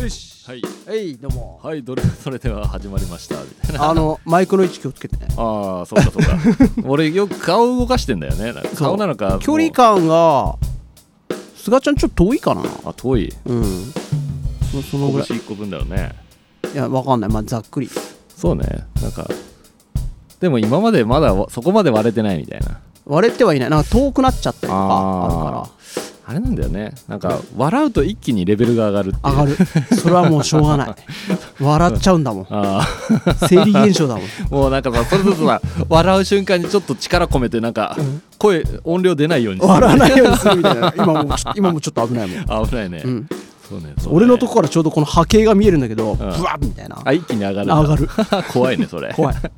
よしはいはいどうもはいどれ それでは始まりましたみたいなあのマイクの位置気をつけてねああそうかそうか 俺よく顔動かしてんだよねなんかそう顔なのか距離感が菅ちゃんちょっと遠いかなもうあ遠いうんそその拳ぐらい1個分だよねいやわかんないまあざっくりそうねなんかでも今までまだわそこまで割れてないみたいな割れてはいないなんか遠くなっちゃったりとかああるーあれなんだよねなんか笑うと一気にレベルが上がるっていかうら上がるそれはもうしょうがない笑っちゃうんだもんあ生理現象だもんあ もうなんかさそれぞれさ笑う瞬間にちょっと力込めてなんかうん声音量出ないように笑わないようにするみたいな 今もうちょっと今もちょっと危ないもん、あ危ないね、うん、そうねそうね俺のとこからちょうどこの波形が見えるんだけどブワッみたいなあ一気に上がるんだ上がる 怖いねそ れ怖いそう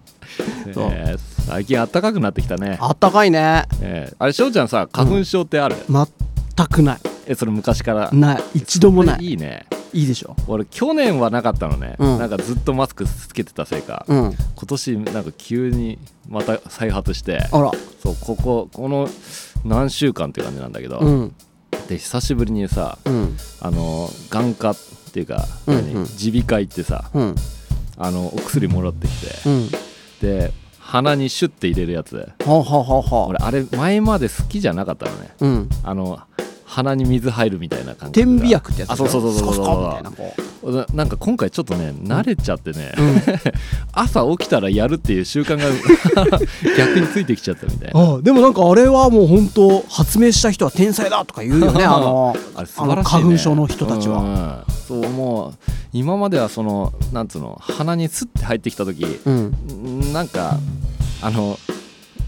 えー最近あったかくなってきたねあったかいねえーあれ翔ちゃんさ花粉症ってある、全くないえそれ昔からない一度もなそいれいいねいいでしょ俺去年はなかったのね、うんなんかずっとマスクつけてたせいか、うん今年なんか急にまた再発してあらそうこここの何週間って感じなんだけど、うんで久しぶりにさうんあの眼科っていうかうん何うん耳鼻科行ってさうんあのお薬もらってきてうんで鼻にシュッて入れるやつはあはあはあはあ俺あれ前まで好きじゃなかったのねうんあの鼻に水入るみたいな感じ天秤薬ってやつあそうそうそうそうスそカうスカみたいなこななんか今回ちょっとね慣れちゃってね、ううん 朝起きたらやるっていう習慣が 逆についてきちゃったみたいなああでもなんかあれはもう本当発明した人は天才だとか言うよねあの あれ素晴あのらしい、ね、花粉症の人たちははそうもう今まではそのなんつうの鼻にスッて入ってきた時うんんなんかあの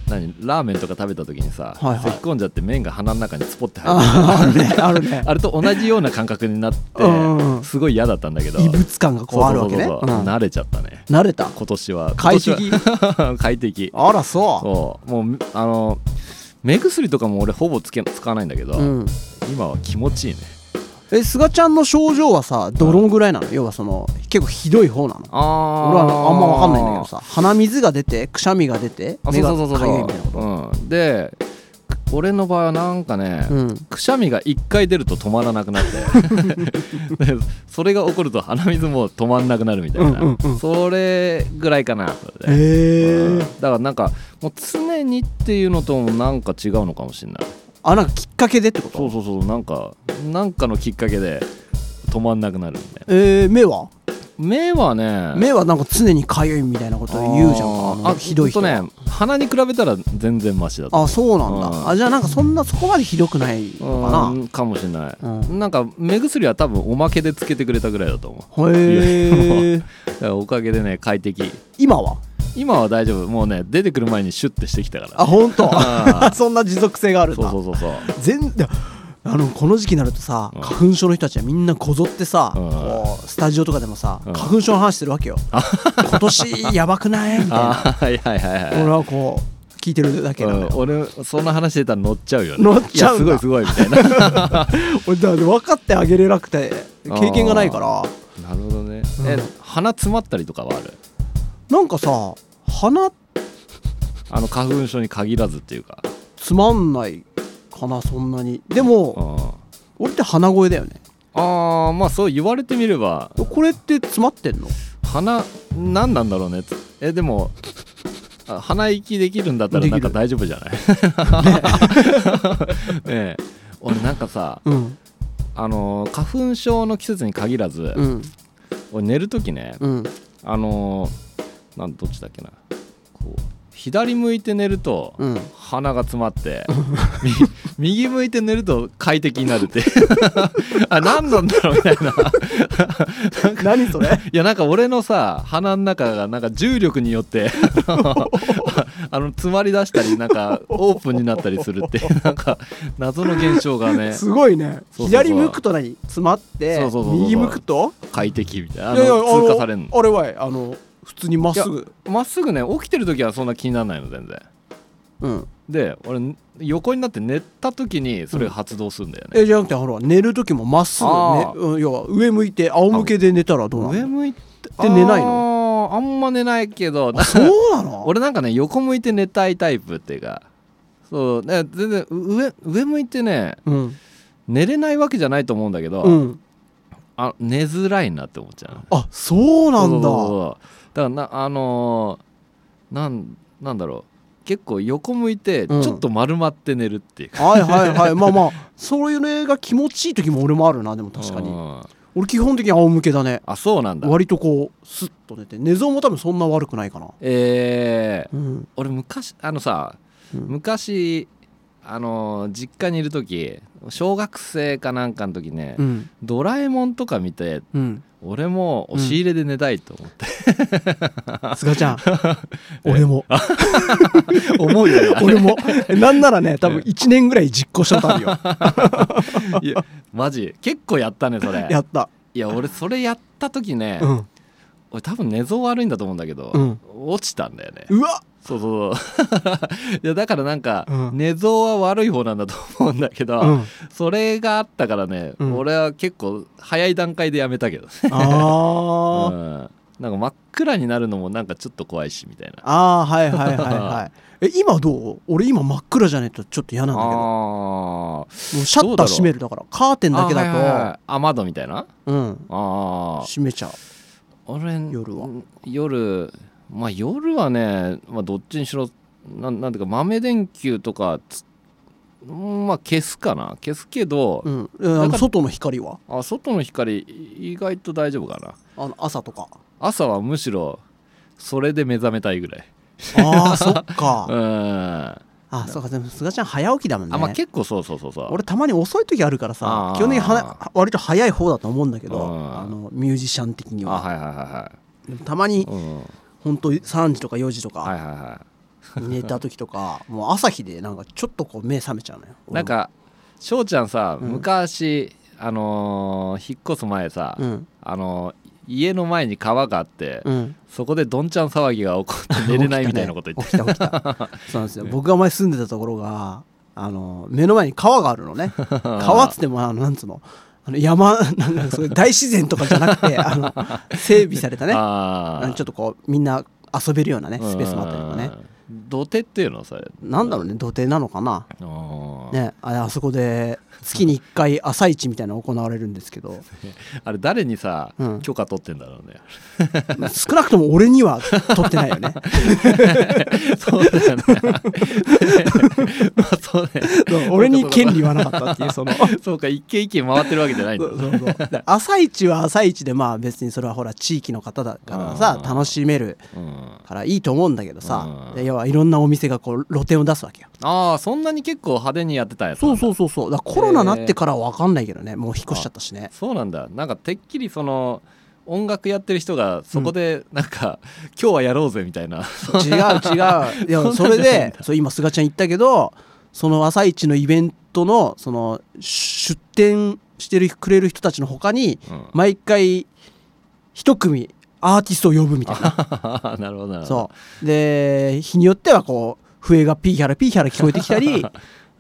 何ラーメンとか食べた時にさ、はいはい咳き込んじゃって麺が鼻の中にスポッて入ってああ るねある ねあれと同じような感覚になっうんうんうんてすごい嫌だったんだけど異物感がこうあるわけねそうそうそうそううん慣れちゃったね慣れた今年は快適今年は 快適あらそそうもうあの目薬とかも俺ほぼつけ使わないんだけど、ううん今は気持ちいいねえ菅ちゃんの症状はさどのぐらいなの要はその結構ひどい方なのああ俺はあんま分かんないんだけどさ鼻水が出てくしゃみが出てあそ目うがそうかそうそうゆいみたいなことうん、で俺の場合はなんかね、うんくしゃみが1回出ると止まらなくなって でそれが起こると鼻水も止まんなくなるみたいな、うんうんうんそれぐらいかなそれでへうんえだからなんかもう常にっていうのともなんか違うのかもしれないあなんかきっかけでってことそうそうそうなんかなんかのきっかけで止まんなくなるみたいなえー目は目はね目はなんか常にかゆいみたいなこと言うじゃんかあのひどい人ほんとね鼻に比べたら全然マシだったあそうなんだ、うんあじゃあなんかそんなそこまでひどくないのかな、うんかもしれない、うなんか目薬は多分おまけでつけてくれたぐらいだと思へえうだからおかげでね快適今は今は大丈夫もうね出てくる前にシュッてしてきたからあ本当あ そんな持続性があるんだそうそうそうそう全然あのこの時期になるとさ、うん花粉症の人たちはみんなこぞってさ、うんこうスタジオとかでもさ、うん花粉症の話してるわけよ今年やばくないみたい あなーはいはいはいはい俺はこう聞いてるだけなんだうんよ、俺そんな話してたら乗っちゃうよね乗っちゃうんいだやすごいすごいみたい な俺だって分かってあげれなくて経験がないからなるほどね、うんえ鼻詰まったりとかはあるなんかさ鼻あの花粉症に限らずっていうかつまんないかなそんなにでもあ俺って鼻声だよねあーまあそう言われてみればこれって詰まってんの鼻何なんだろうねえでもあ鼻息できるんだったらできなんるか大丈夫じゃないね え俺なんかさうんあのー花粉症の季節に限らず、うん俺寝る時ねうんあのーなんどっちだっけなこう左向いて寝ると、うん鼻が詰まってみ右向いて寝ると快適になる ってあ何なんだろうみたいな何それいやなんか俺のさ鼻の中がなんか重力によって あの詰まり出したりなんかオープンになったりするっていうなんか謎の現象がねすごいねそうそうそう左向くと何詰まってそうそうそうそう右向くと快適みたいないやいやあの通過されんあれはいあの普通にまっすぐのまっすぐね起きてる時はそんな気にならないの全然うんで俺横になって寝た時にそれが発動するんだよね、えじゃなくてほら寝る時もまっすぐ、ねあーうん、要は上向いて仰向けで寝たらどうな上の向いてで寝ないのあんま寝ないけどあそうなの俺なんかね横向いて寝たいタイプっていうかそうね全然う上上向いてねうん寝れないわけじゃないと思うんだけど、うんあ寝づらいなって思っちゃうあそうなんそだうそうそうだからなあのーなんなんだろう結構横向いてちうんょっと丸まって寝るっていうか、はいはいはいまあまあそういうのが気持ちいい時も俺もあるなでも確かうにん俺基本的に仰向けだねあそうなんだ割とこうスッと寝て寝相も多分そんな悪くないかなえー、うん俺昔あのさ、うん昔あのー実家にいる時小学生かなんかの時ね、うんドラえもんとか見てうん俺も押し入れで寝たいと思って、すがちゃ ん俺 も思う よね俺も なんならね多分1年ぐらい実行しち ゃったんよいやマジ結構やったねそれやったいや俺それやった時ね、うん俺多分寝相悪いんだと思うんだけど、うん落ちたんだよねうわそうそうそう いやだからなんか、うん寝相は悪い方なんだと思うんだけど、うんそれがあったからね、うん俺は結構早い段階でやめたけどね、 うあーん、なんか真っ暗になるのもなんかちょっと怖いしみたいなあーはいはいは いはいえ今どう俺今真っ暗じゃねえとちょっと嫌なんだけどもあーうシャッター閉めるだからカーテンだけだと、あ,、はいはいはいあ窓みたいなうんああ閉めちゃう俺夜は夜まあ夜はね、まあ、どっちにしろなんなんていうか豆電球とかつうんまあ消すかな消すけど、うん、えーあなんのか外の光はあ外の光意外と大丈夫かなあの朝と か朝はむしろそれで目覚めたいぐらいあーそっうんかあ、あそうかでもすがちゃん早起きだもんねまあ結構そうそうそうそう俺たまに遅い時あるからあさー基本的には割と早い方だと思うんだけどうんあのミュージシャン的にあははいはいはでもたまにいはい、うん、はい本当3時とか4時とかはいは寝た時とかもう朝日でなんかちょっとこう目覚めちゃうのよいなんか翔ちゃんさうん昔、あのー引っ越す前さ、うんあの家の前に川があって、うんそこでどんちゃん騒ぎが起こって寝れないみたいなこと 言っ起きた起きたそうなんですよ僕が前住んでたところがあの目の前に川がある のね川っつってもあのなんつうのあの山なんかそういう大自然とかじゃなくてあの整備されたてねああのちょっっとこうみんな遊べるようなねスペースもあったりとかね土手っていうのそれなんだろうね土手なのかなあ,、ねあれあそこで月に1回朝市みたいなの行われるんですけど あれ誰にさ、うん許可取ってんだろうね 少なくとも俺には取ってないよねそうだよね まあそうね そう俺に権利はなかったっていう そのそうか一軒一軒回ってるわけじゃないんだそうそうそうで 朝一は朝一でまあ別にそれはほら地域の方だからさうん楽しめるうんからいいと思うんだけどさうんで要はいろんなお店がこう露店を出すわけよああそんなに結構派手にやってたやつそうそうそうそうだからコロナになってからは分かんないけどねもう引っ越しちゃったしねそうなんだなんかてっきりその音楽やってる人がそこでなんか、今日はやろうぜみたいな 違う違ういやそれでそう今すがちゃん言ったけどその朝一のイベントのその出店してるくれる人たちの他にうん毎回一組アーティストを呼ぶみたいな なるほどなるほどそうで日によってはこう笛がピーヒャラピーヒャラ聞こえてき たり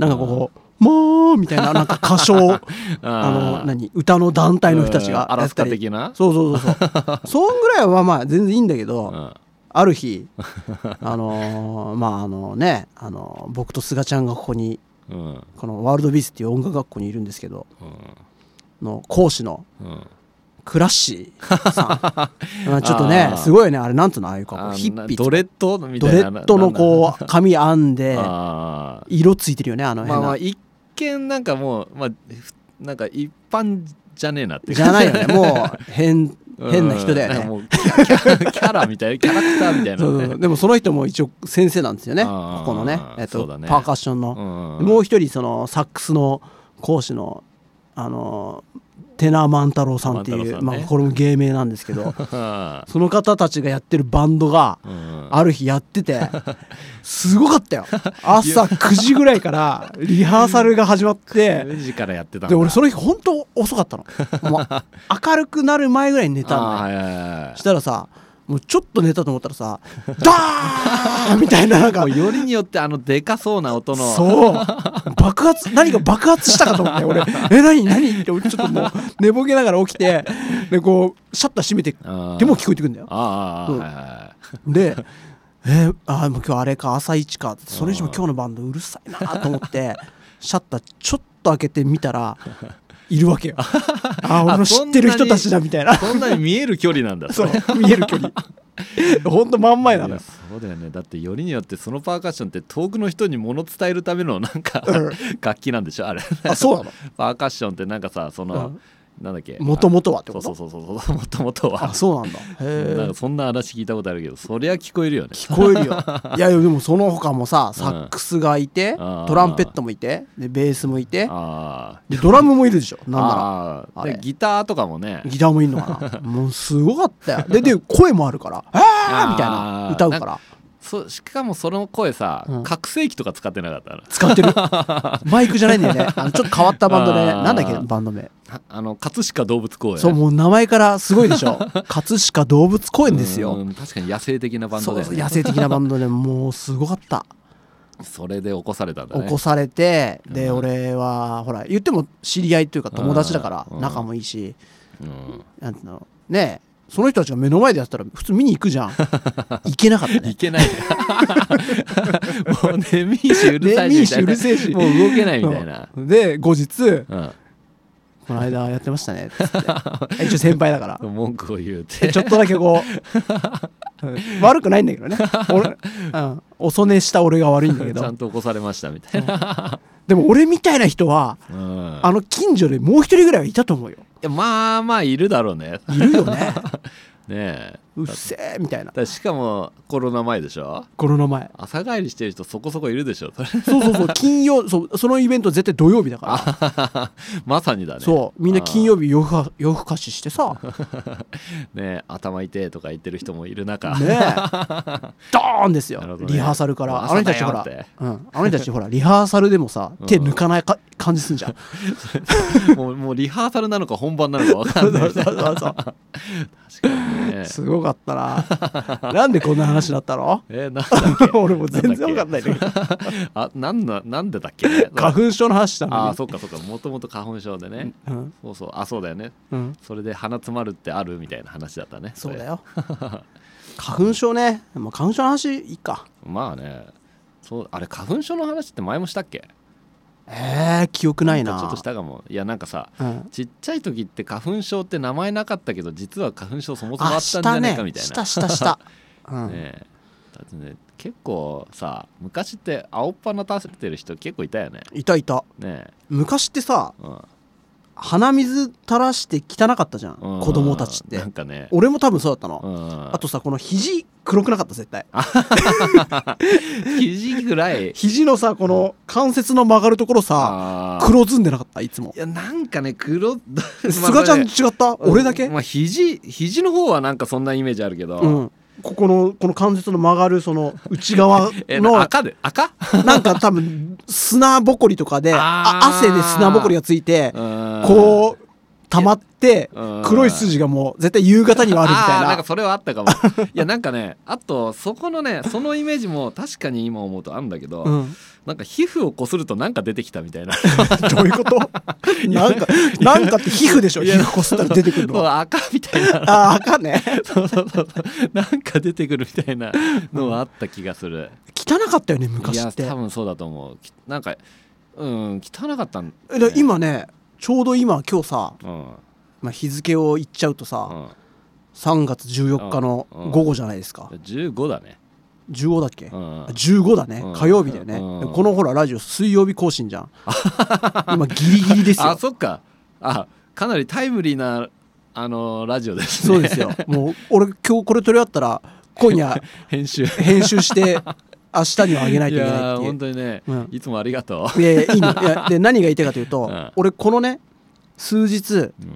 なんかこう「もう」みたいななんか歌 唱あの何歌の団体の人たちがアやラっスたカり的なそうそうそうそう そんぐらいはまあ全然いいんだけど、うんある日 あのーまああのね、あのー僕と菅ちゃんがここにうんこのワールドビーズっていう音楽学校にいるんですけどの講師のうんうんクラッシ ーさんまあちょっとあねーすごいよねあれなんつうのああいうかこあうのヒッピードレッドみドたいレなッドのこう髪編んうでま色ついてるよねあのあ辺、まあ一見なんかもうまあふなんか一般じゃねえなっていうじゃないよねもう変 うん変な人だよねんかもうキャキャキャラみたいなキャラクターみたいなねそうそうそうでもその人も一応先生なんですよねあこーこのね,、えっそとうだねパーカッションの、うんもう一人そのサックスの講師のあのテナー万太郎さんっていう、万太郎さんまねあ、これも芸名なんですけどうその方たちがやってるバンドがんある日やっててすごかったよ朝9時ぐらいからリハーサルが始まって10時からやってたんだで俺その日本当遅かったのもう明るくなる前ぐらいに寝たの あーねはい はいしたらさもうちょっと寝たと思ったらさダーンみたいななんかはいもうよりによってあのでかそうな音のそう爆発何か爆発したかと思って俺「え何何?」って俺ちょっともう寝ぼけながら起きてでこうシャッター閉めてうんでも聞こえてくるんだよあーあー、うんはいはいで「えー、あーもう今日あれか朝一か」それにしても今日のバンドうるさいなと思ってシャッターちょっと開けてみたらいる わけよあ俺の知ってる人たちだみたいなそんなに見える距離なんだ そう見える 距離ほんと真ん前なのいよやそうだよねだってよりによってそのパーカッションって遠くの人に物伝えるためのなんか、うん楽器なんでしょあれあそうなの パーカッションってなんかさその、うんなんだっけもともとはってそこうそとうそうそうそうもともとはあそうなんだなんへえかそんな話聞いたことあるけどそりゃ聞こえるよね聞こえるよ いやいやでもその他もさサックスがいて、あートランペットもいてでベースもいてあでドラムもいるでしょーなんならあーあれでギターとかもねギターもいんのかなもうすごかったよでで声もあ るから「ああ!」みたいなあー歌うからそしかもその声さ、うん拡声器とか使ってなかったな使ってる マイクじゃないんだよねあのちょっと変わったバンドであーなんだっけバンド名ああの葛飾動物公園そうもう名前からすごいでしょ葛飾動物公園ですうよん確かに野生的なバンドそうだよそうね野生的なバンドでもうすごかった それで起こされたんだね起こされてでうん俺はほら言っても知り合いというか友達だからうん仲もいいしうんなんていうのねえその人たちが目の前でやってたら普通見に行く じゃん行けなかったねいけないもうネミーシうるさいねしみたいなえミーシうるせえしもう動けないみたいな、うんで後日うんこの間やってました ねつって一応先輩だから文句を言うてでちょっとだけこううん悪くないんだけどね俺、うん、おそねした俺が悪いんだけちゃんどと起こされましたみたいな、でも俺みたいな人はうん、あの近所でもう一人ぐらいはいたと思うよいやまあまあいるだろうねいるよね ねえうっせえみたいなだしかもコロナ前でしょコロナ前朝帰りしてる人そこそこいるでしょそれ そうそうそう金曜そうそのイベント絶対土曜日だからまさにだねそうみんな金曜曜日夜更か 夜更かししてさねねえ頭痛いとか言ってる人もいる中、 えドーンですよ、なるほどねリハーサルからあ朝の人たちほだよっら、てうん、あの人たちほらリハーサルでもさうん手抜かないか感じ すんじゃんもうもうリハーサルなのか本番なのか分かそうんなそいうそうそう確かにねすごかったななんでこんな話だっ たのえー、なんだっけ俺も全然わかんないんだけど あなんだなんでだっけね花粉症の話したあのあにそっかそっかもともと花粉症でねうんそうそうあそうだよねうんそれで鼻詰まるってあるみたいな話だったねそうだよよ 花粉症ね、まあ、花粉症の話いいかまあねそうあれ花粉症の話って前もしたっけえー、記憶ないんなかちょっとしたかもいやなんかさうん、ちっちゃい時って花粉症って名前なかったけど実は花粉症そもそもああったしんじたゃないねかみたいしなたしたした、う んねえだってね結構さ昔って青っ鼻立ててる人結構いたよねいたいたね昔ってさえ、うん鼻水垂らして汚かったじゃん、うん子供たちっなてんかね俺も多分そうだったの、うんあとさこの肘黒くなかった絶対肘ぐらい肘のさこの関節の曲がるところさあー黒ずんでなかったいつもいやなんかね黒まあ菅ちゃんそ違ったれ俺だけまあ肘肘の方はなんかそんなイメージあるけど、うんここのこの関節の曲がるその内側 えなの赤で赤なんか多分砂ぼこりとかでああー汗で砂ぼこりがついてここう溜まってうん黒い筋がもう絶対夕方にはあるみあーたないんなかそれはあったかもいやなんかねあとそこのねそのイメージも確かに今思うとあるんだけど、うんなんか皮膚をこするとなんか出てきたみたいな どういうことなんか、なんかって皮膚でしょ皮膚こすったら出てくるそうの。あ赤みたいなあ、あかんね。そうそうそうそうなんか出てくるみたいなのはあった気がする汚かったよね、い昔やって。多分そうだと思うきなんかうん汚かったんえだから今ね、ちょうど今、今日さ、うんまあ、日付を言っちゃうとうさ、ん3月14日のうん午後じゃないですか。 15だね、 15だっけうん、 15だねうん。火曜日だよね。うんこのほら、ラジオ水曜日更新じゃん。今、ギリギリですあよ。そっかあかなりタイムリーなあのラジオですねそうですよ。もう、俺、今日これ取り合ったら、今夜、 編集編 集して、明日にはあげないといけないやーっていう本。当にね、うんいつもありがといやいやいいのい やで何が言いたいかというと、うん俺このね数日う、うん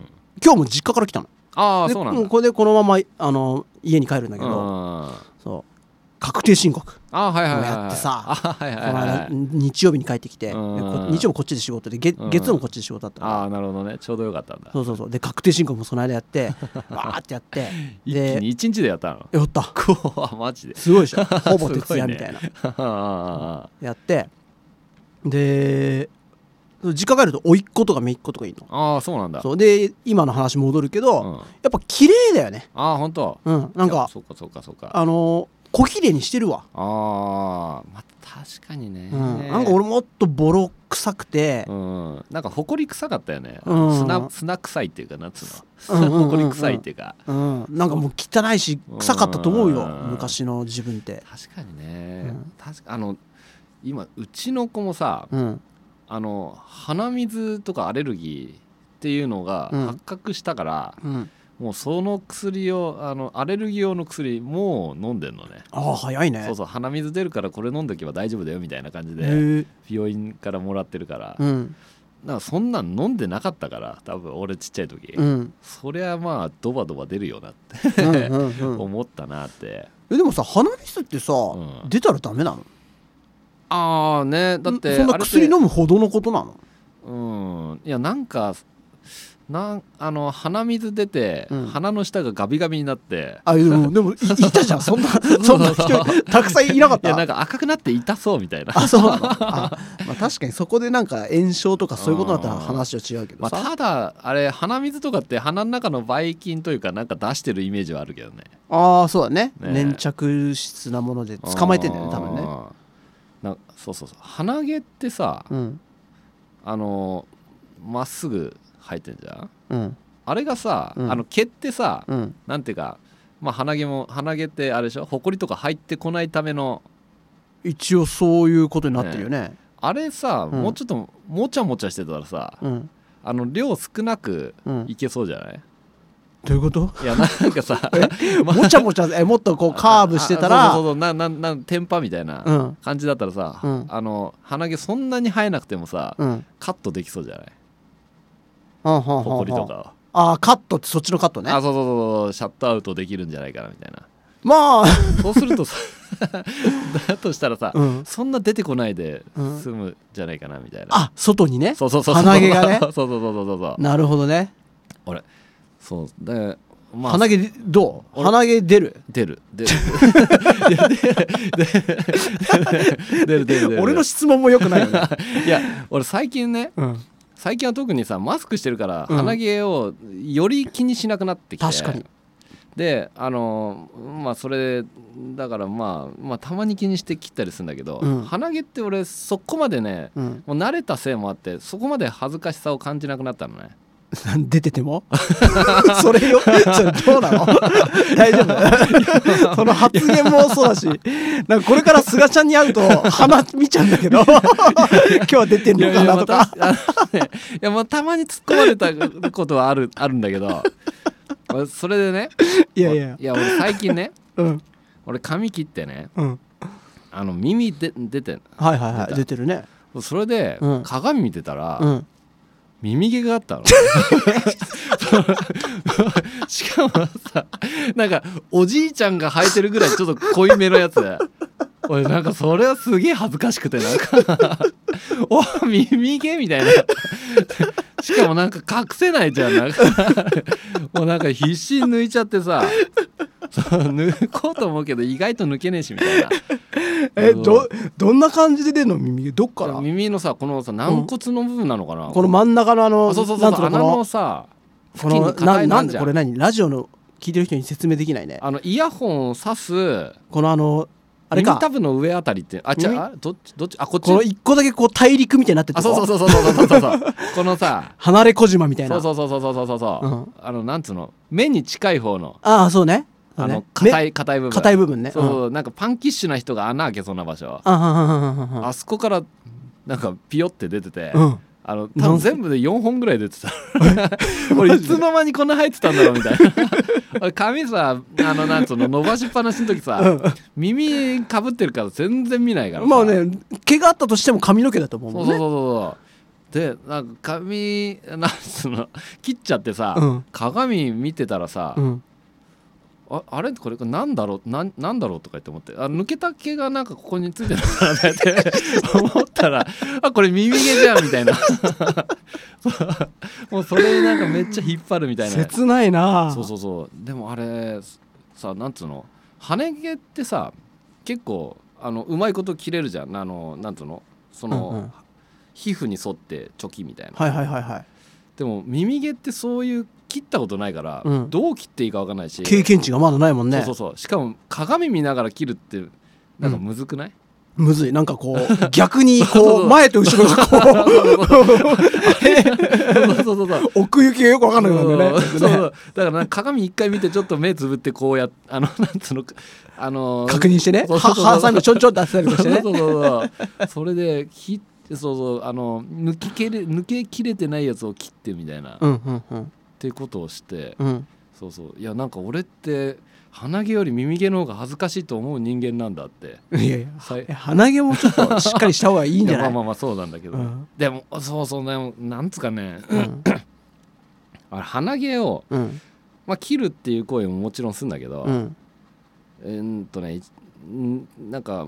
今日も実家から来たのああでそうなんもうだこれでこのままあの家に帰るんだけうんど、あそう確定申告あはいはいはい、はい、こうやってさあはいこはいのはい間日曜日に帰ってきて、うんでこ日曜もこっちで仕事で月うん月曜もこっちで仕事だったから、ああなるほどねちょうどよかったんだそうそうそうで確定申告もその間やって わーってやって一気でに1日でや ったのやったこうあマ ジですごいでしょほぼす徹ごい夜ねみたい なあ あやってで実家帰ると甥っ子とか姪っ子とかいいのああああそうなんだそうで今の話戻るけど、うん、あやっぱ綺麗だよねあ本当うんなんいやかそうかそうかそうかああのー小綺麗にしてるわあーまあ確かにね、うん、なんか俺もっとボロ臭くて、うん、なんか埃臭かったよね、うん砂砂臭いっていうかなんつ ううんうんうんうのん埃臭いっていうかうん、なんかもう汚いし臭かったと思うようん昔の自分って、確かにね、うん確かあの今うちの子もさうん、あの鼻水とかアレルギーっていうのがうん発覚したから、うん、もうその薬をあのアレルギー用の薬もう飲んでんのねああ早いねそうそう鼻水出るからこれ飲んどけば大丈夫だよみたいな感じへでえ病院からもらってるから、うんなんかそんなん飲んでなかったから多分俺ちっちゃい時、うんうんそりゃまあドバドバ出るよなってうん うん思ったなって、えでもさ鼻水ってさ、ん出たらダメなのああねだってそんな薬飲むほどのことなのうんいやなんかなんあの鼻水出て、うん鼻の下がガビガビになってあでもでもい いたじゃんそんなそんな人たくさんいなかっいやなたんか赤くなって痛そうみたいなあそうなの あ、まあ、確かにそこでなんか炎症とかそういうことだったらうん話は違うけどまあ、さ、ただあれ鼻水とかって鼻の中のばい菌というかなんか出してるイメージはあるけどねああそうだねね粘着質なもので捕まえてんだよね多分ねうんなそうそうそう鼻毛ってさ、うんあのまっすぐ生えてんじゃんうんあれがさ、うんあの毛ってさ、うんなんていうか、まあ、鼻毛も鼻毛ってあれでしょほこりとか入ってこないための一応そういうことになってるよねあれさ、うんもうちょっともちゃもちゃしてたらさ、うんあの量少なくうんいけそうじゃない、どういうこといやなんかさ まあもちゃもちゃえもっと こうカーブしてたあらそうそうそうなななテンパみたいなうん感じだったらさ、うんあの鼻毛そんなに生えなくてもさ、うんカットできそうじゃないほほほこりとかを、ああカットってそっちのカットねあそうそうそうそうシャットアウトできるんじゃないかなみたいなまあそうするとさ だとしたらさ、うんそんな出てこないでうん済むじゃないかなみたいな、あ外にねそうそうそうそう鼻毛 がね そうそうそうそうそうそうなるほどね俺そうで、まあ、鼻毛どう俺鼻毛出る出る出 るいやででで出る出る出る俺の質問もよくないよねいや俺最近ね うん最近は特にさマスクしてるからうん鼻毛をより気にしなくなってきて、確かにであのまあそれだからまあまあたまに気にして切ったりするんだけど、うん鼻毛って俺そこまでねうんもう慣れたせいもあってそこまで恥ずかしさを感じなくなったのね出てても それよそれどうなの 大丈 夫その発言もそうだしなんかこれから菅ちゃんに会うと鼻見ちゃうんだ けど今日は出てんいのやいかやなまとたかあのねいやまあたまに突っ込まれたことはあるあるんだけど俺それでねいやいいやや俺最近ねうん俺髪切ってねうんあの耳で出てんはいはいは出いた出てるねそれでうん鏡見てたら、うん耳毛があったの しかもさなんかおじいちゃんが生えてるぐらいちょっと濃いめのやつ俺なんかそれはすげえ恥ずかしくてなんか お耳毛みたいなしかもなんか隠せないじゃんなんかもうなんか必死に抜いちゃってさそう抜こうと思うけど意外と抜けねえしみたいなえうんどどんな感じで出るの耳どっからこ耳のさこのさ軟骨の部分なのかな、の真ん中のあのあそうそうそうなんつうそうのこ穴ののさこ付近のに硬ないななんんでじゃんこれ何ラジオの聞いてる人に説明できないねあのイヤホンを挿すこのあのあれ耳かたぶの上あたりってあちゃ耳あどっちどっちあこっちこの一個だけこう大陸みたいになってあそうそううそうそうそうそうそう そうこのさ離れ小島みたいそなうそうそうそうそうそうそう、うんあのなんつうの目に近い方のああそうねあの硬硬いい硬い部分硬い部分ねそうそううんなんかパンキッシュな人が穴開けそうな場所あはははははあそこからなんかピヨって出てて、うんあのな多ん分全部で4本ぐらい出てた 俺いつの間にこんな入ってたんだろう みたいな俺髪さあのなんつうの伸ばしっぱなしの時さ、耳かぶってるから全然見ないからさまあね毛があったとしても髪の毛だと思うそもうんそうそうねそうでなんか髪なんつうの切っちゃってさ、うん鏡見てたらさ、うんああれこれこれなんだろうなんなんだろうとか言って思ってあ抜けた毛がなんかここについて るからだって思ったらあこれ耳毛じゃんみたいな そうもうそれになんかめっちゃ引っ張るみたいな切ないなそうそうそうでもあれさなんつうの羽毛ってさ結構あのうまいこと切れるじゃんあのなんつうのその、うんうん皮膚に沿ってチョキみたいな、はいはいはいはいでも耳毛ってそういう切ったことないから、うんどう切っていいか分かんないし経験値がまだないもんねそうそうそうしかも鏡見ながら切るってなんかむずくない、 むずいなんかこう逆にそうそうこそうう前と後ろがこ そうそうそうそうう奥行きがよく分かんなくなるんだよねそうそうだからなんか鏡一回見てちょっと目つぶってこうやっあの なんつうのあの確認してねそうはそうそうハサミちょんちょん出したりそうしてそうねそうそうそれで切ってそうそうあの抜き切れ抜け切れてないやつを切ってみたいな、うっんうんうんていうことをしてうんそうそういやなんか俺って鼻毛より耳毛の方が恥ずかしいと思う人間なんだっていやいさいや鼻毛もちょっとしっかりした方がいいんじゃなやいまあまあまあそうなんだけど、うんでもそうそうでもなんつうかねうんあれ鼻毛を、うんまあ、切るっていう行為ももちろんするんだけど、うんえーっとねんなんか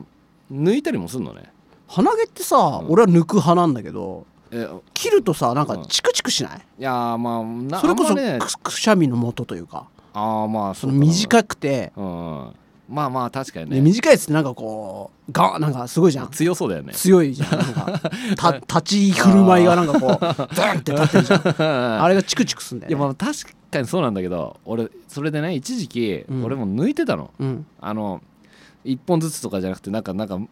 抜いたりもすんのね鼻毛ってさうん俺は抜く派なんだけどえ切るとさなんうかんチクチクしないいやーまあなそれこあそんまねくくしゃみの元というかああまあそそうのかな短くてうんうんまあまあ確かにでね短いやつってなんかこうガーなんかすごいじゃん強そうだよね強いじゃんなんか た立ち居振る舞いがなんかこうズンって立ってるじゃ ん ああれがチクチクすんだいやよねまあ確かにそうなんだけど俺それでね一時期うん俺も抜いてたの、うんあの一本ずつとかじゃなくてなんかなんかも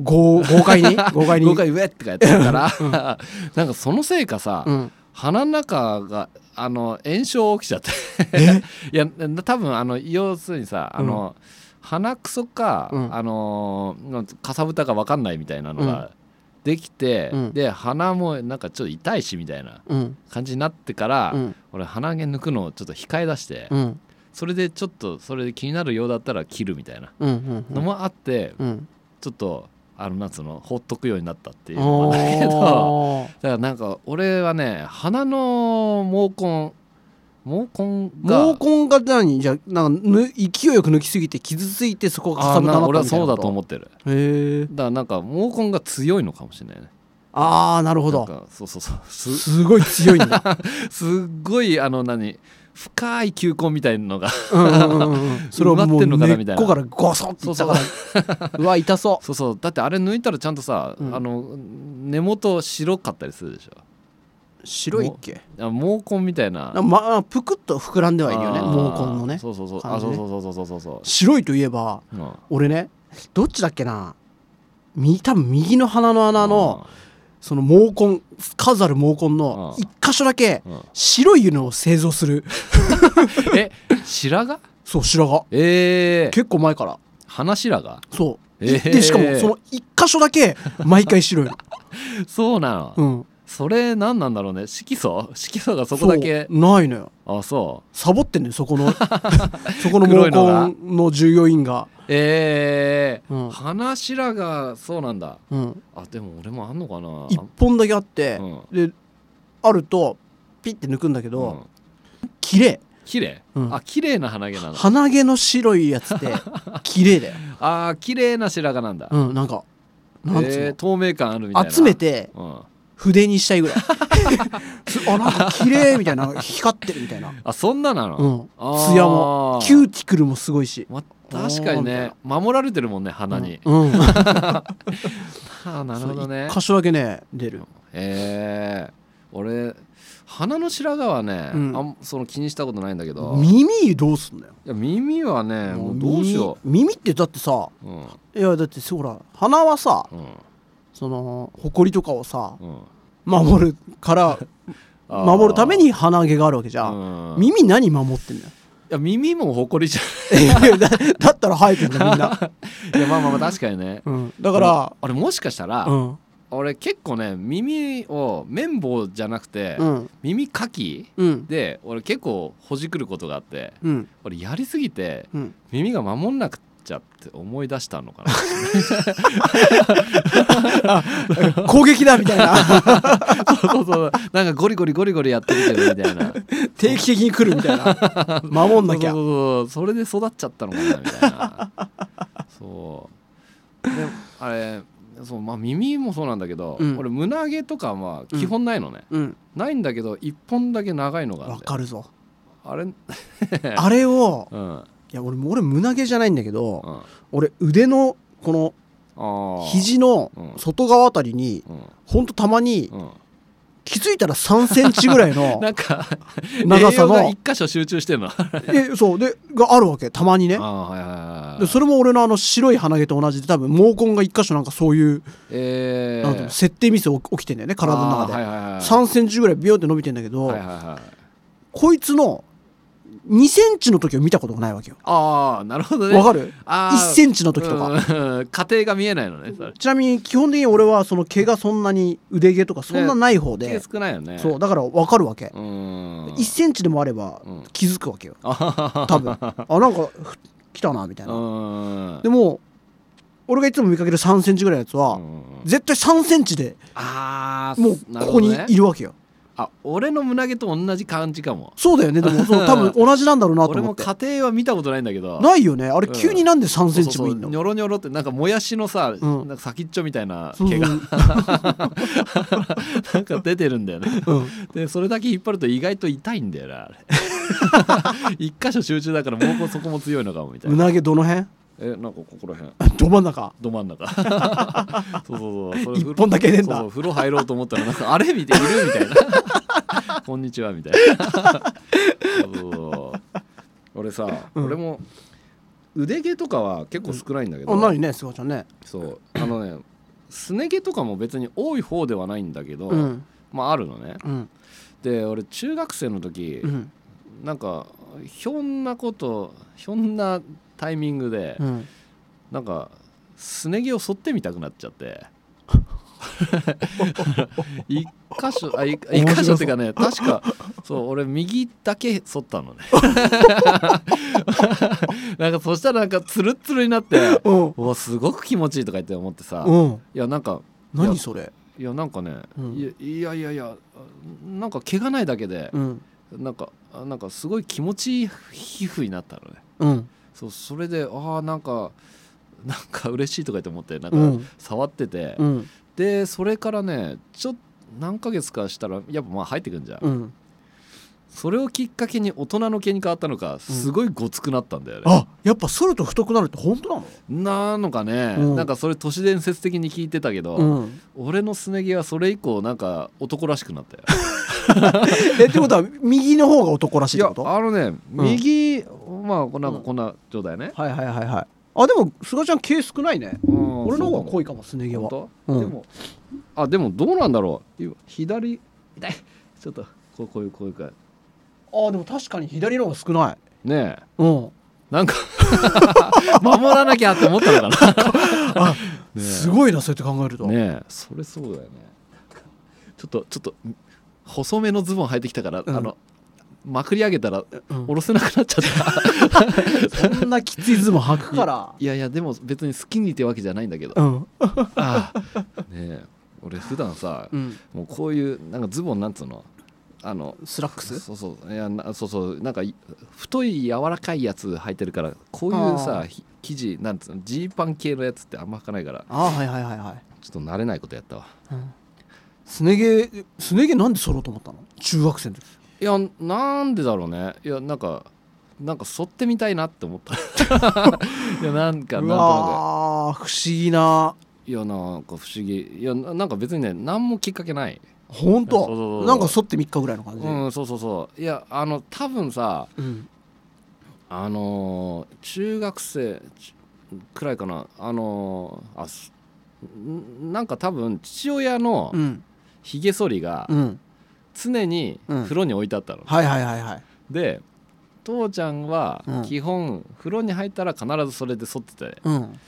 う豪豪 快に豪快に豪快ウェってかやってるから なんかそのせいかさ、うん鼻の中があの炎症起きちゃってえ いや多分あの要するにさあの、鼻くそか、うんあのなんかさぶたか分かんないみたいなのができて、うんで鼻もなんかちょっと痛いしみたいなうん感じになってから、うん俺鼻毛抜くのをちょっと控え出して、うんそれでちょっとそれで気になるようだったら切るみたいなうんうんのもあって、うんちょっとあのなんつうのほっとくようになったっていうのおもあるんだけど。ーだからなんか俺はね鼻の毛根毛根が毛根が何じゃあなんかぬ勢いよく抜きすぎて傷ついてそこがかあさーぶたなにな俺ったはそみたいなうだと思うってるだかへえらなんか毛根が強いのかもしれないねああなるほなんどかそうそうそうすすごい強 いんだすっごいあの何深い球根みたいなの がうんうんうんうんそれをも埋まってうんのかなみた根いなっこからゴソッていったからうわ痛そそうそうだってあれ抜いたらちゃんとさ、うんあの根元白かったりするでしょう白いっけあ毛根みたいななんかまあぷくっと膨らんではいるよねあ毛ー根のねそうそうそうあ感じそうねそうそうそうそうそう白いといえばうん俺ねどっちだっけな右多分右の鼻の穴のその毛根数ある毛根のうん一箇所だけうんうん白い湯のを製造する え白髪そう白髪ええ結構前から鼻白髪そう、えーでしかもその一箇所だけ毎回白 いの、そうなの、うん、それ何なんだろうね色素色素がそこだけそうないのよあそうサボってんのよ そこのそこの毛黒いのが根の従業員がええうん鼻白髪そうなんだうん、あでも俺もあんのかな一本だけあって、うであるとピッて抜くんだけうど、ん綺麗綺麗、うんあ綺麗な鼻毛なの鼻毛の白いやつ って綺麗だよ、あー綺麗な白髪なんだ、うん、なんかなんつうの、えー透明感あるみたいな集め、てうん、筆にしたいぐら いあなんか綺麗みたいな光ってるみたいな、あそんななの、うん、あー艶もキューティクルもすごいしま、確かにね守られてるもんね鼻に、うん、なあーなるほど ね箇所だけね出るええ俺鼻の白髪はね、うんあんその気にしたことないんだけどい耳どうすんだよや耳はねもうどうしよ耳耳ってだってさう、うんいやだってほら鼻はさうんその埃とかをさうん、守るからあー守るために鼻毛があるわけじゃん、うんい耳何守ってんだよ や耳も埃じゃいやだだったら生えてんだみんな、ん いやまあまあまあ確かにねうん、だから俺もしかしたら、うん俺結構ね耳を綿棒じゃなくて、うん耳かきうんで俺結構ほじくることがあってうん俺やりすぎて うん耳が守んなくちゃって思い出したのか攻撃だみたいななそうそうそうなんかゴリゴリゴリゴリやってるけどみたいな 定期的に来るみた いな守んなきゃそうそうそうそれで育っちゃったのかなみたいなそうであれそうまあ耳もそうなんだけど、うん俺胸毛とかは基本ないのね、うんないんだけど1本だけ長いのがあわってかるぞあれうんあれをうんいや俺俺胸毛じゃないんだけどあ俺腕のこのあ肘のうん外側あたりにうんほんとたまにうんキ気づいたら3センチぐらいの なんか 長さの栄養が一箇所集中してんのあえそうでがあるわけたまにねあはいはいはいでそれも俺のあの白い鼻毛と同じで多分毛根が一箇所なんかそういう、えなんていうの設定ミス起きてんだよね体の中で、あーはいはいはい3センチぐらいビヨンって伸びてんだけど、はいはいはいこいつの2センチの時を見たことがないわけよああなるほどねわかるあ ?1 センチのチ時とか、過程が見えないのねそれちなみに基本的に俺はその毛がそんなに腕毛とかそんなない方で、手少ないよねそうだから分かるわけ、うーん1センチでもあればうん気づくわけよあはは多分あなんかふ来たなみたいな、はでも俺がいつも見かける3センチぐらいのやつは、も絶対3センチであーもうなるこほこどにねいるわけよ、あ俺の胸毛と同じ感じかもそうだよねでもそう多分同じなんだろうなと俺思もって家庭は見たことないんだけどないよねあれうん急になんで3センチそもういそんうのニョロニョロってなんかもやしのさ、んなんか先っちょみたいなそう毛がなんか出てるんだよねうんでそれだけ引っ張ると意外と痛いんだよなあれ 一箇所集中だから毛根そこも強いのかもみたいな胸毛どの辺 えなんかここら辺ど真ん中ど真ん 中そうそうそうそれ一本だけ出んだそうそう風呂入ろうと思ったらなんかあれ見て いるみたいなこんにちはみたいなそうそうそう俺さ、うん俺も腕毛とかは結構少ないんだけど、あないねすがちゃんねそうあのねすね毛とかも別に多い方ではないんだけど、うんまああるのねうんで俺中学生の時、うんなんかひょんなことひょんなタイミングで、うんなんかすね毛を剃ってみたくなっちゃって 一箇所あい一箇所っていうかね確かそう俺右だけ剃ったのね なんかそしたらなんかツルッツルになってうんうわすごく気持ちいいとか言って思ってさ、いうんやなんか何それいやなんかね、うんいやいやいやいやなんか毛がないだけで、うんなんかあなんかすごい気持ちいい皮膚になったのねうんそうそれでああなんかなんか嬉しいとか言って思ってなうかんん触ってて、うんでそれからねちょっと何ヶ月かしたらやっぱまあ入ってくんじゃん、うんそれをきっかけに大人の毛に変わったのかすごいごつくなったんだよね、あやっぱ剃ると太くなるって本当なのなのかね、うんなんかそれ都市伝説的に聞いてたけど、うん俺のすね毛はそれ以降なんか男らしくなったよ えってことは右の方が男 らしいいってやことあのね右、まあこんなうんこんな状態ね、はいはいはいはいあでもすがちゃん毛少ないねうん俺のそう方かもが濃いかもすね毛は本当、うんでもあでもどうなんだろう今左痛いちょっとこうこういうこういうかあでも確かに左の方が少ないねえうんなんか 守らなきゃって思ったのかなねすごいなそうやって考えるえと、ねえそれそうだよねちょっとちょっと細めのズボン履いてきたから、うんあのまくり上げたらうん下ろせなくなっちゃ ったそんなきついズボン履くからいやいやでも別に好きにってわけじゃないんだけどうんああねえ俺普段さうんもうこういうなんかズボンなんつうのあのスラックスそうそういやなそうそうなんかい太い柔らかいやつ履いてるからこういあうーさひ生地なんつうのジーパン系のやつってあんま履かないからあはいはいはいはいちょっと慣れないことやったわすね毛すね毛なんで剃ろうと思ったの中学生の時いやなんでだろうねいやなんかなんか剃ってみたいなって思った いやなんかなんとうなわー不思議なくいやなんか不思議いやななんか別にね何もきっかけないそ本うそうそうそ当うなんか剃って3日ぐらいの感じ、うんそうそうそういやあの多分さうんあのー中学生ちくらいかなあのーあすんなんか多分父親のうんひげ剃りがうん常にうん風呂に置いてあったの、はいはいはいはいで父ちゃんはうん基本風呂に入ったら必ずそれで剃っててうん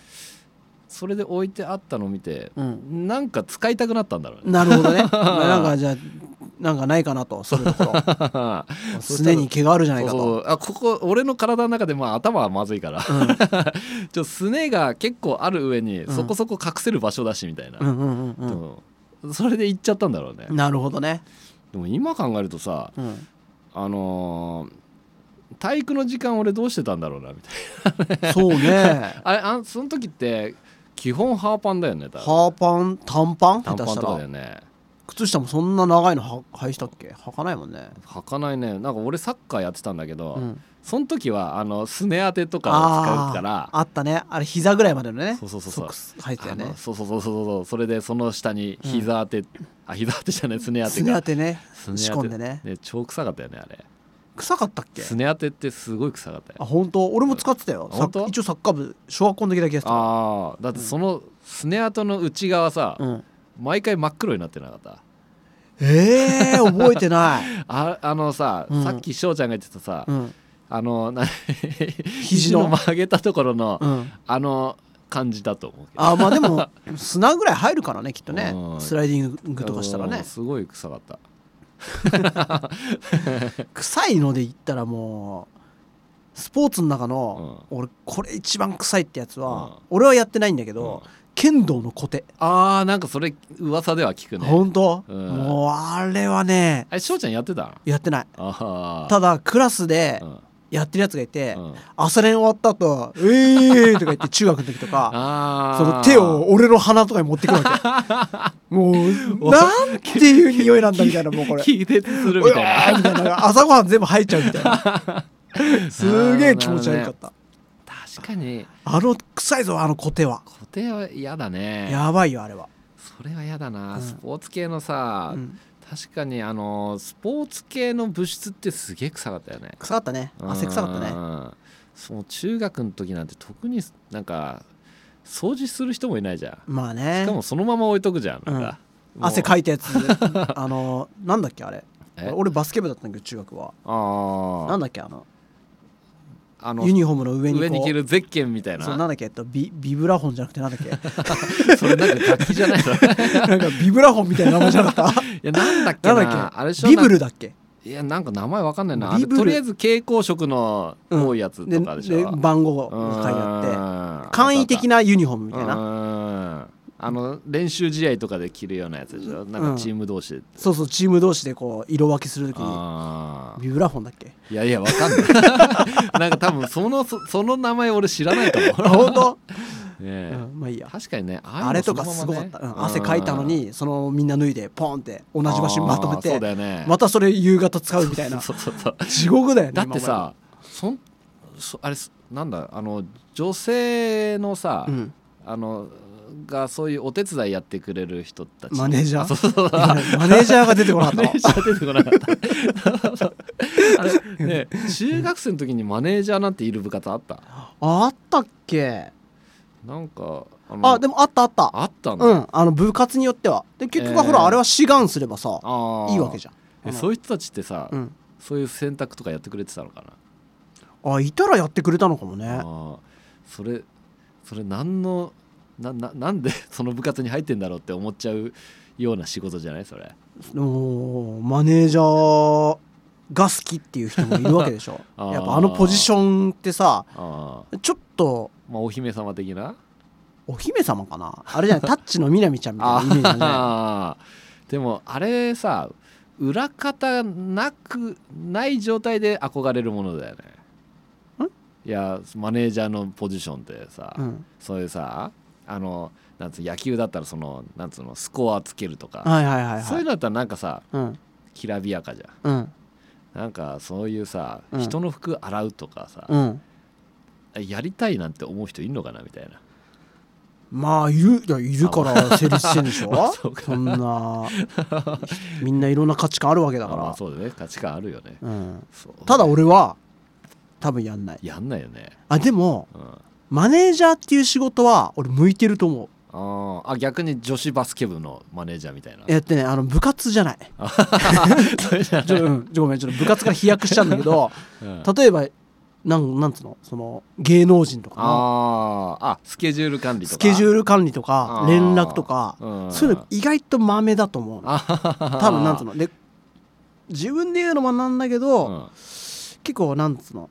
それで置いてあったのを見てうんなんか使いたくなったんだろうねなるほど ねなんかじゃあなんかないかなと剃ると ころすねに毛があるじゃないそうかそとうあここ俺の体の中でまあ頭はまずいから ちうんょすねが結構ある上にうんそこそこ隠せる場所だしみたいな、うんうんううんんそれで行っちゃったんだろうねうんなるほどねでも今考えるとさ うんあのー体育の時間俺どうしてたんだろうなみたいそうねなあれあんその時って基本ハーパンだよね多分ハーパン短パン短下パ手ンしとたからだよね靴下もそんな長いのは履いしたっけ履かないもんね、履かないねなんか俺サッカーやってたんだけど、うん、その時はあのすね当てとかを使あうーからあったねあれ膝ぐらいまでのねそうそうそうそうソックス履いてたよあのねそうそうそうそうそうそれでその下に膝当て、あ膝当てじゃないすね当てすね当がてねすね仕込んでねね超臭かったよねあれ臭かったっけすね当てってすごい臭かったあよ本当俺も使ってたよあサッ本当一応サッカー部小学校の時だけやってたわあーだってそのすね跡の内側さ、うん、毎回真っ黒になってなかったえー、覚えて ない、ああのさ、うんさっき翔ちゃんが言ってたさ、うんあのな肘の曲げたところの、うん、あの感じだと思うけどあまあでも砂ぐらい入るからねきっとねうんスライディングとかしたらあのねすごい臭かった臭いので言ったらもうスポーツの中の、俺これ一番臭いってやつは、俺はやってないんだけど、うん剣道の小手、あーなんかそれ噂では聞くね本当、うんもうあれはねあれ翔ちゃんやってたやってないああただクラスでうんやってるやつがいて、うん朝練終わった後ええー!」とか言って中学の時とかあーその手を俺の鼻とかに持ってくるわ けもうなんていう匂いなんだみたいなもうこれ気絶するうみわたいなーみたいな朝ごはん全部入っちゃうみたいな すげえ気持ち悪かった確かにあの臭いぞあのコテは固定は嫌だねやばいよあれは、それは嫌だな、うんスポーツ系のさ、うん確かにあのスポーツ系の物質ってすげえ臭かったよね臭かったね汗臭かったねねその中学の時なんて特になんか掃除する人もいないじゃんまあねしかもそのまま置いとくじゃんなんか、もう汗かいたやつ あのなんだっけあれえ俺バスケ部だったんだけど中学はああなんだっけあのあのユニフォームの上にこう上に着るゼッケンみたいなそうなんだっけえっとビビブラフォンじゃなくてなんだっけ それなんか楽器じゃないの いなんかビブラフォンみたいな名前じゃなかっやなんだっけたななんだあれでっしけょビブルだっけいやなんか名前わかんないなあビれブルとりあえず蛍光色の多いやつでとかでしょ、で番う号んが書いてあって簡簡易的なユニフォームみみたいなあの練習試合とかで着るようなやつでしょなんかチーム同士で、そうそうチーム同士でこう色分けするときにあービブラフォンだっ けいやいやわかんないなんか多分そのそその名前俺知らないと思うあ本当、ね えうんまあいいや確かにねああいうのあれとかそすのまごまかねった、うん汗かいたのにそのみんな脱いでポンって同じ場所にまとめあーそてうだよねまたそれ夕方使うみたいなそうそう そう地獄だよねだってさそんそあれすなんだあの女性のさ、今思えばうんあのがそういうお手伝いやってくれる人たちマネージャーあそうそうそういや マネージャーが出てこなマかったネのージャー出てこなかったあれね中学生の時にマネージャーなんている部活あったあったっけなんかああでもあったあったあったの、うあんあの部活によってはで結局はえーほらあれは志願すればさあいいわけじゃゃんえそういう人たちってさ、うんそういう選択とかやってくれてたのかなあいたらやってくれたのかもねああそれそれ何のなななんで その部活に入ってんだろうって思っちゃうような仕事じゃないそれでもマネージャーが好きっていう人もいるわけでしょ あーやっぱあのポジションってさああちょっとまあお姫様的なお姫様かなあれじゃな いタッチのみなみちゃんみたいなイメージなんじゃなあーでもあれさ裏方なくない状態で憧れるものだよねいやマネージャーのポジションってさ、い、うん、そういうさあのなんつう野球だったらそのなんつうのスコアつけるとか、はいはいはいそうはいういのだったらなんかさうんきらびやかじゃんうんなんかそういうさ、うん人の服洗うとかさ、うんやりたいなんて思う人いるのかなみたいなまあいるいやいるから成立してんでしまあょそうかそんなみんないろんな価値観あるわけ だあかまあらそうだね価値観あるよね、うんそうただ俺は多分やんないやんないよね、あでもうん、あマネージャーっていう仕事は俺向いてると思うーあ逆に女子バスケ部のマネージャーみたいな えっとねあの部活じゃないちょうん ちょごめんちょっと部活から飛躍しちゃうんだけど うん例えばなんなんつうのその芸能人とかのあーあスケジュール管理とかスケジューール管理とかあー連絡とかうんそういうの意外とマメだと思うの多多分なんつうの、ので自分で言うのもなんだけど、うん結構なんつうの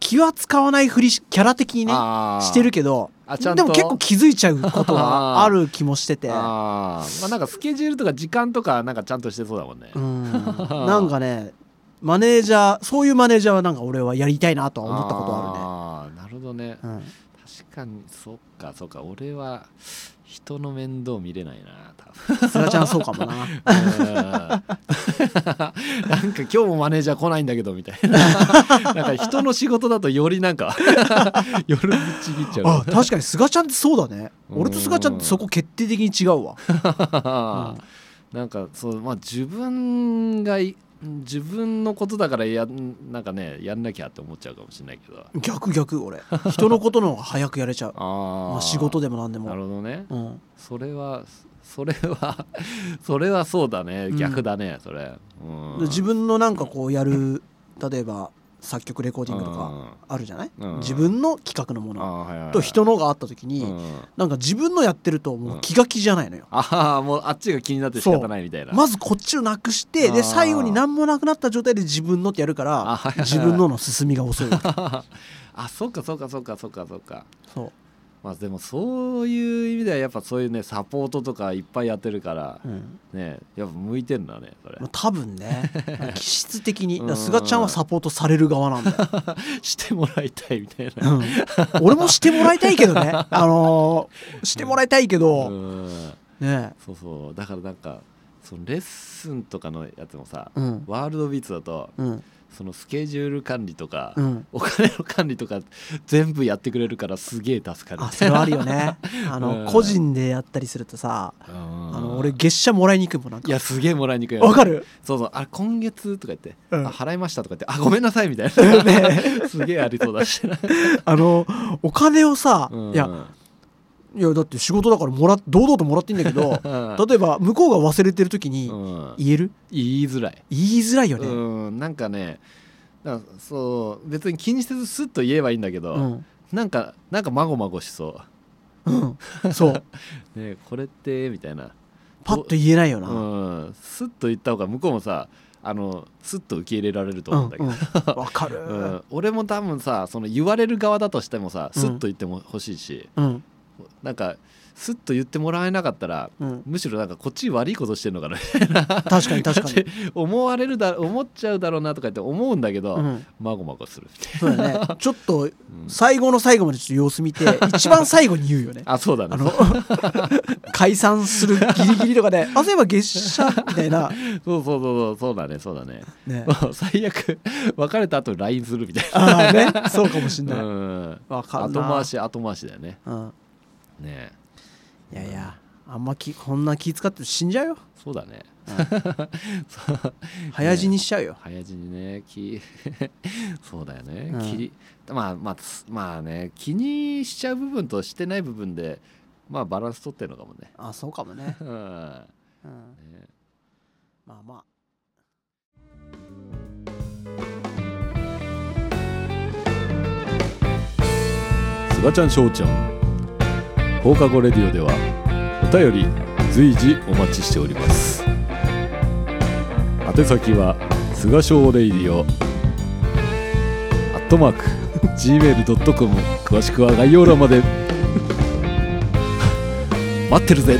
気は使わないふりしキャラ的にねあーしてるけどあちゃんでとも結構気づいちゃうことは あーある気もしててうあーまあなんかスケジュールとか時間とかなんかちゃんとしてそうだもんね、んなんかねマネージャーそういうマネージャーはなんか俺はやりたいなとは思ったことはあるねああなるほどね、うん確かにそっかそっか俺は人の面倒見れないな多分すがちゃんそうかもなうんなんか今日もマネージャー来ないんだけどみたい ななんか人の仕事だとよりなんか 夜ぶっちぎっちゃう あ確かにすがちゃんってそうだねうん俺とすがちゃんってそこ決定的に違うわ なんかそうまあ自分がい自分のことだからやんなんかねやんなきゃって思っちゃうかもしれないけど逆逆俺人のことの方が早くやれちゃうあ、まあ、仕事でも何でなもるほどねうんそれはそれは それはそうだねうん逆だね、それ、うん、で自分のなんかこうやる例えば作曲レコーディングとかあるじゃないうん自分の企画のもうんのあーはいはいはいと人のがあった時うにんなんか自分のやってるともう気が気じゃないのよああもうあっちが気になって仕方ないみたいな、まずこっちをなくしてあーで最後に何もなくなった状態で自分のってやるかあらはいはいはい自分のの進みが遅いわけ あそうかそうかそうかそうかそうかそまあでもそういう意味ではやっぱそういうねサポートとかいっぱいやってるからう、うんねやっぱ向いてんだね それまあ、多 分ね気質的にうんだからすがちゃんはサポートされる側なんだよ、してもらいたいみたいなうん、俺もしてもらいたいけ どねあのーしてもらいたいけうどんねそうそうだからなんかそのレッスンとかのやつもさ、うんワールドビーツだとうんそのスケジュール管理とか、うんお金の管理とか全部やってくれるからすげえ助かるあそれはある よねあうんの個人でやったりするとさああの俺月謝もらいに行くもんなんいかやすげえもらいにくいわかるそうそうあれ今月とか言って、うんあ払いましたとか言ってあごめんなさいみたい な、 すげえありそうだしな、あのお金をさうんいやいやだって仕事だからもらっ堂々ともらっていいんだけど例えば向こうが忘れてる時にうん言える言いづらい、言いづらいよねうんなんかねなんかそう別に気にせずスッと言えばいいんだけど、うんなんかなんかまごまごしそうんそううねえこれってみたいなパッと言えないよなうんうんスッと言った方が向こうもさあのスッと受け入れられるとう思うんんだけど、わかるうん俺も多分さその言われる側だとしてもさうんスッと言っても欲しいし、うんなんかスッと言ってもらえなかったらうんむしろなんかこっち悪いことしてんのかな確かに確か っにて思われるだ思っちゃうだろうなとか言って思うんだけど、うんまごまごするみたいそうだねちょっとな、うん最後の最後までちょっと様 子見て一番最後に言うよねあそうだあねの 解散するギリギリ とかであそういえば月謝みたいなそうそうそうそうそうだねそうだねね最悪別れた後に LINE するみたいああねそうかもしんな、ないうん、わかる後な回し後回しだよねうんねえいやいやあんまきこんな気使って死んじゃうよそうだね、 そう早死にしちゃうよ早死にね気 そうだよね、うん気まあまあつまあね気にしちゃう部分としてない部分でまあバランス取ってるのかもねあそうかもねうんうんねまあまあすがちゃんしょうちゃん放課後レディオではお便り随時お待ちしております宛先はすがしょうレディオアットマーク gmail.com 詳しくは概要欄 まで待ってるぜ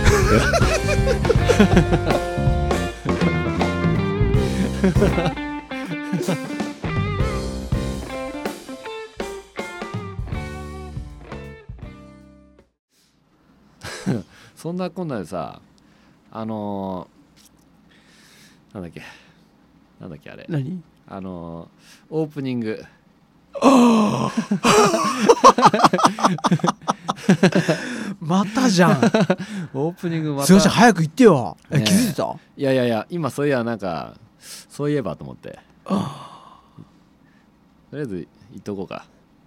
そんなこんなでさあのーなんだっけなんだっけあれ何あのーオープニング またじゃんオープニングますたがちゃん早く言ってよえねえ気づいてたいやいやいや今そういやなんかそういえばと思ってとりあえず言っとこうか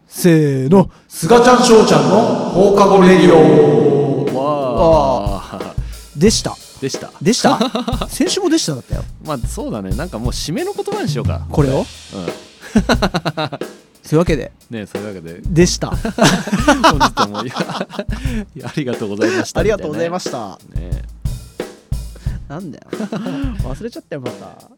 せーのすがちゃんしょうちゃんの放課後レディオわあでしたでしたで した先週もでしただったよまあそうだねなんかもう締めの言葉にしようかこれをうんそういうわけでねそういうわけででした本日もいや いやありがとうございました ありがとうございまししたたね なんだよ忘れちゃったよまた